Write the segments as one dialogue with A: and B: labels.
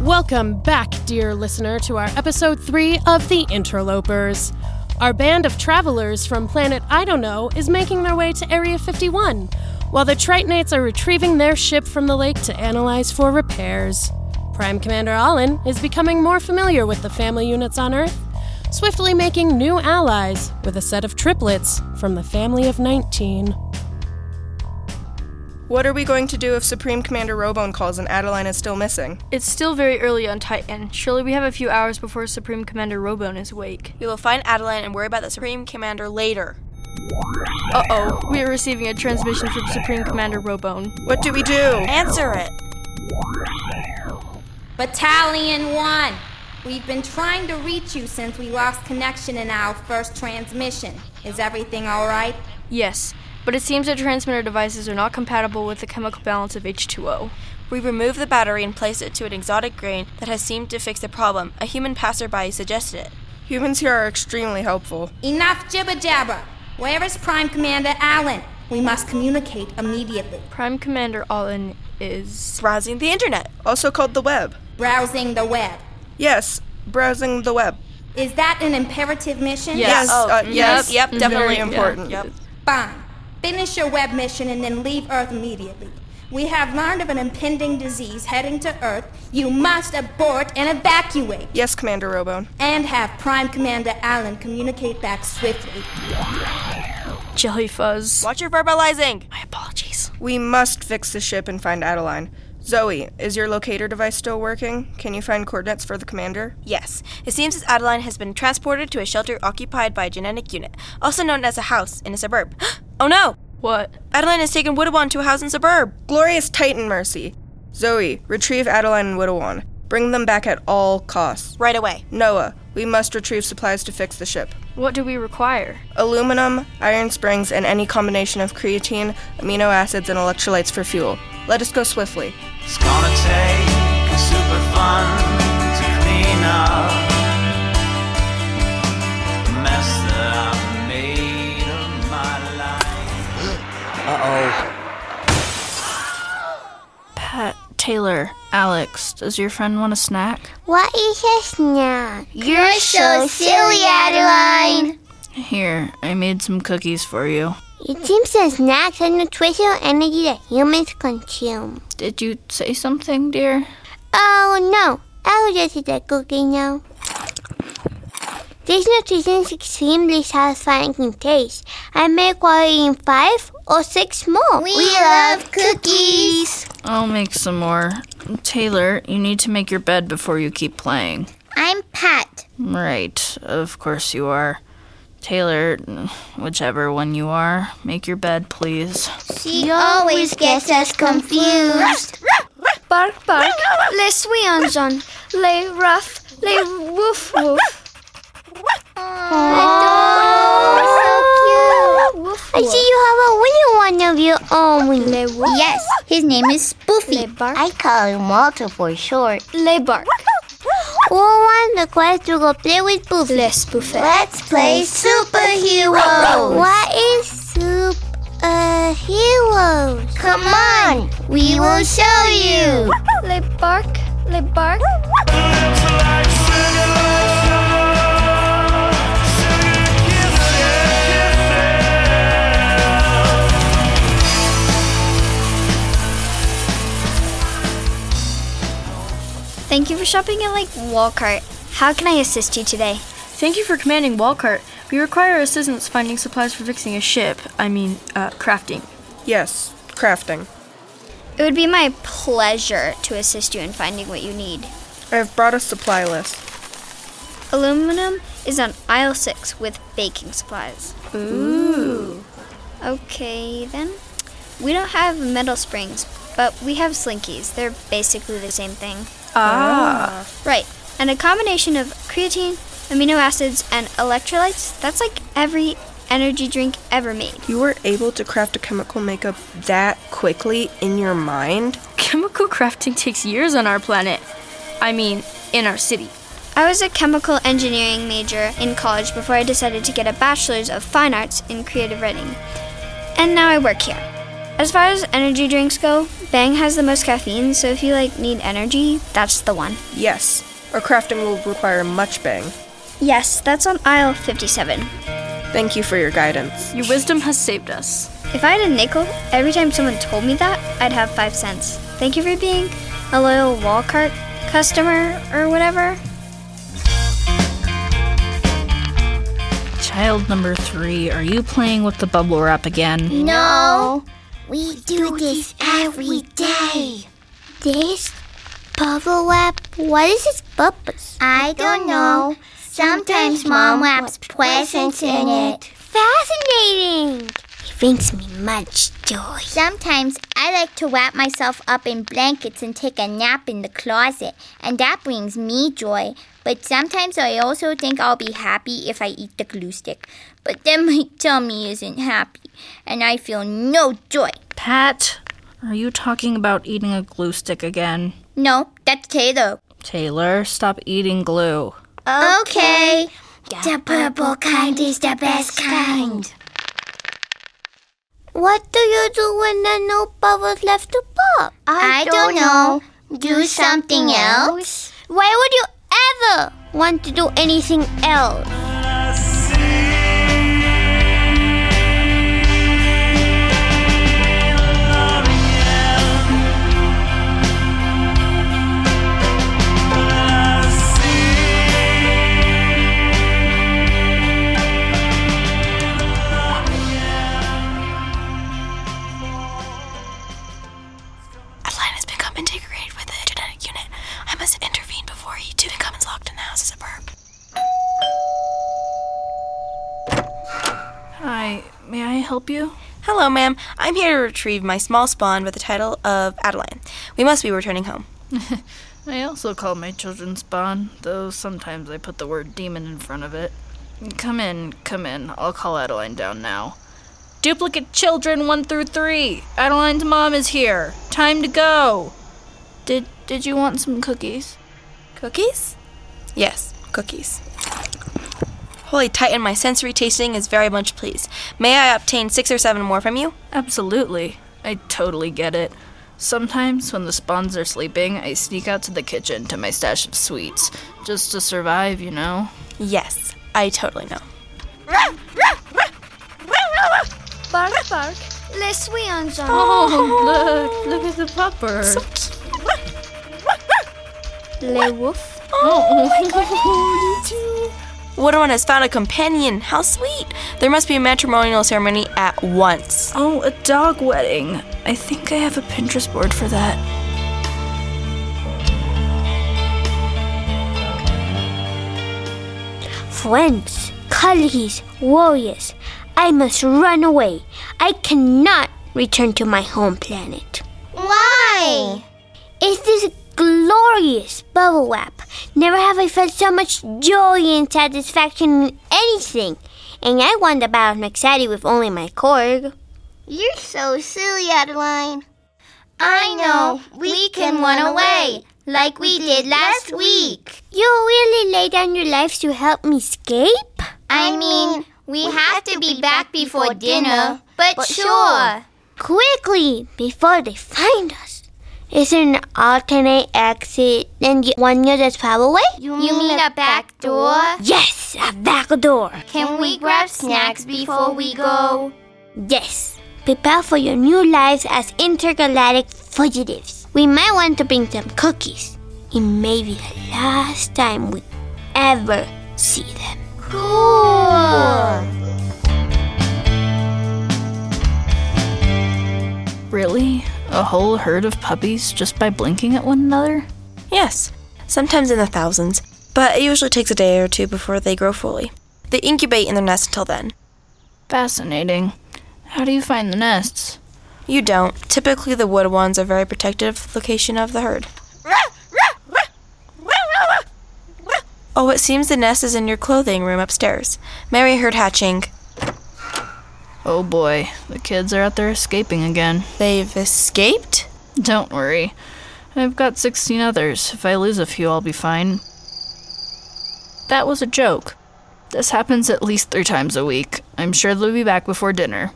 A: Welcome back, dear listener, to our episode 3 of The Interlopers. Our band of travelers from planet I don't know is making their way to Area 51, while the Tritonites are retrieving their ship from the lake to analyze for repairs. Prime Commander Allen is becoming more familiar with the family units on Earth, swiftly making new allies with a set of triplets from the family of 19.
B: What are we going to do if Supreme Commander Robone calls and Adeline is still missing?
C: It's still very early on Titan. Surely we have a few hours before Supreme Commander Robone is awake.
D: We will find Adeline and worry about the Supreme Commander later.
C: Uh oh, we are receiving a transmission from Supreme Commander Robone.
B: What do we do?
D: Answer it.
E: Battalion 1, we've been trying to reach you since we lost connection in our first transmission. Is everything alright?
C: Yes, but it seems that transmitter devices are not compatible with the chemical balance of H2O.
D: We removed the battery and placed it to an exotic grain that has seemed to fix the problem. A human passerby suggested it.
B: Humans here are extremely helpful.
E: Enough jibber jabber! Where is Prime Commander Allen? We must communicate immediately.
C: Prime Commander Allen is.
D: Browsing the internet.
B: Also called the web.
E: Browsing the web.
B: Yes, browsing the web.
E: Is that an imperative mission?
C: Yes.
D: Oh,
B: uh,
D: mm,
B: yes.
D: Yep, yep, definitely.
B: Very important.
D: Yep.
E: Fine. Finish your web mission and then leave Earth immediately. We have learned of an impending disease heading to Earth. You must abort and evacuate.
B: Yes, Commander Robone.
E: And have Prime Commander Allen communicate back swiftly.
C: Jelly Fuzz.
D: Watch your verbalizing.
C: My apologies.
B: We must fix the ship and find Adeline. Zoe, is your locator device still working? Can you find coordinates for the commander?
D: Yes, it seems that Adeline has been transported to a shelter occupied by a genetic unit, also known as a house in a suburb. oh no!
C: What?
D: Adeline has taken Woodabon to a house in suburb.
B: Glorious Titan Mercy. Zoe, retrieve Adeline and Widowan. Bring them back at all costs.
D: Right away.
B: Noah, we must retrieve supplies to fix the ship.
C: What do we require?
B: Aluminum, iron springs, and any combination of creatine, amino acids, and electrolytes for fuel. Let us go swiftly.
F: It's gonna take super fun to clean up the mess that I've made of my life.
G: Pat, Taylor, Alex, does your friend want a snack?
H: What is a snack? You're so silly, Adeline.
G: Here, I made some cookies for you.
H: It seems that snacks are nutritional energy that humans consume.
G: Did you say something, dear?
H: Oh no, I'll just eat a cookie now. This nutrition is extremely satisfying in taste. I may require eating five or six more. We, love cookies.
G: I'll make some more. Taylor, you need to make your bed before you keep playing.
H: I'm Pat.
G: Right, of course you are. Taylor, whichever one you are, make your bed, please.
H: She always gets us confused.
I: Bark, bark, les Swianson, les Ruff, les Woof Woof.
H: Oh, so cute.
I: Woof
H: I see you have a winner one of your own.
I: Yes,
H: his name is Spoofy. I call him Walter for short.
I: les Bark,
H: Who won the quest to go play with Spoofy?
I: les Spoofet,
H: Let's play superheroes. What is superheroes? Come on, we will show you.
I: les Bark, les Bark,
F: It's like sugar, sugar kisses.
I: Thank you for shopping at like Walmart. How can I assist you today?
C: Thank you for commanding Walcart. We require assistance finding supplies for fixing a ship. I mean, uh, crafting.
B: Yes, crafting.
I: It would be my pleasure to assist you in finding what you need.
B: I have brought a supply list.
I: Aluminum is on aisle six with baking supplies. Ooh. Okay, then. We don't have metal springs, but we have slinkies. They're basically the same thing.
C: Ah.
I: Right, and a combination of creatine, amino acids, and electrolytes that's like every energy drink ever made.
B: You were able to craft a chemical makeup that quickly in your mind?
C: Chemical crafting takes years on our planet. I mean, in our city.
I: I was a chemical engineering major in college before I decided to get a bachelor's of fine arts in creative writing. And now I work here. As far as energy drinks go, Bang has the most caffeine, so if you like need energy, that's the one.
B: Yes, or crafting will require much bang.
I: Yes, that's on aisle 57.
B: Thank you for your guidance.
C: Your wisdom has saved us.
I: If I had a nickel, every time someone told me that, I'd have five cents. Thank you for being a loyal Walcart customer or whatever.
G: Child number three, are you playing with the bubble wrap again?
H: No. We do this every day. This bubble wrap? What is its purpose? I don't know. Sometimes mom wraps presents in it. Fascinating. It brings me much joy.
J: Sometimes I like to wrap myself up in blankets and take a nap in the closet, and that brings me joy. But sometimes I also think I'll be happy if I eat the glue stick. But then my tummy isn't happy, and I feel no joy.
G: Pat, are you talking about eating a glue stick again?
J: No, that's Taylor.
G: Taylor, stop eating glue.
J: Okay.
H: The purple kind is the best kind. What do you do when there are no bubbles left to pop?
J: I don't know. Do something else?
H: Why would you ever want to do anything else?
D: Adeline has become integrated with the genetic unit. I must intervene before he too becomes locked in the house as a burp.
G: Hi, may I help you?
D: Hello, ma'am. I'm here to retrieve my small spawn with the title of Adeline. We must be returning home.
G: I also call my children Spawn, though sometimes I put the word demon in front of it. Come in, come in. I'll call Adeline down now. Duplicate children one through three. Adeline's mom is here. Time to go. Did did you want some cookies?
D: Cookies? Yes, cookies. Holy Titan, my sensory tasting is very much pleased. May I obtain six or seven more from you?
G: Absolutely. I totally get it. Sometimes when the spawns are sleeping, I sneak out to the kitchen to my stash of sweets. Just to survive, you know?
D: Yes, I totally know.
I: Bark, bark. Les Wianzon.
G: Oh, look, look at the pupper.
I: Le Wolf.
D: Oh, Woodrun has found a companion. How sweet! There must be a matrimonial ceremony at once.
G: Oh, a dog wedding. I think I have a Pinterest board for that.
H: Friends, colleagues, warriors, I must run away. I cannot return to my home planet.
J: Why?
H: It's this glorious bubble wrap. Never have I felt so much joy and satisfaction in anything. And I won the battle of Maxati with only my Korg.
J: You're so silly, Adeline. I know. We can run away, like we did last week.
H: You really lay down your lives to help me escape?
J: I mean, we have to be back before dinner, but sure.
H: Quickly, before they find us. Is there an alternate exit than the one near the travel way?
J: You mean a back door?
H: Yes, a back door.
J: Can we grab snacks before we go?
H: Yes. Prepare for your new lives as intergalactic fugitives. We might want to bring some cookies. It may be the last time we ever see them.
G: Really? A whole herd of puppies just by blinking at one another?
D: Yes, sometimes in the thousands, but it usually takes a day or two before they grow fully. They incubate in their nest until then.
G: Fascinating. How do you find the nests?
D: You don't. Typically, the wood ones are very protective of the location of the herd. Oh, it seems the nest is in your clothing room upstairs. Mary heard hatching.
G: Oh boy, the kids are out there escaping again.
D: They've escaped?
G: Don't worry. I've got 16 others. If I lose a few, I'll be fine. That was a joke. This happens at least three times a week. I'm sure they'll be back before dinner.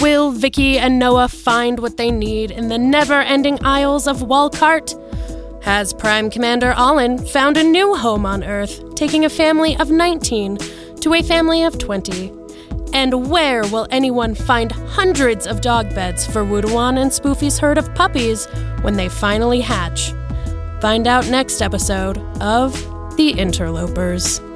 A: Will, Vicky, and Noah find what they need in the never ending aisles of Walcart? Has Prime Commander Allen found a new home on Earth, taking a family of 19 to a family of 20? And where will anyone find hundreds of dog beds for Wudawan and Spoofy's herd of puppies when they finally hatch? Find out next episode of The Interlopers.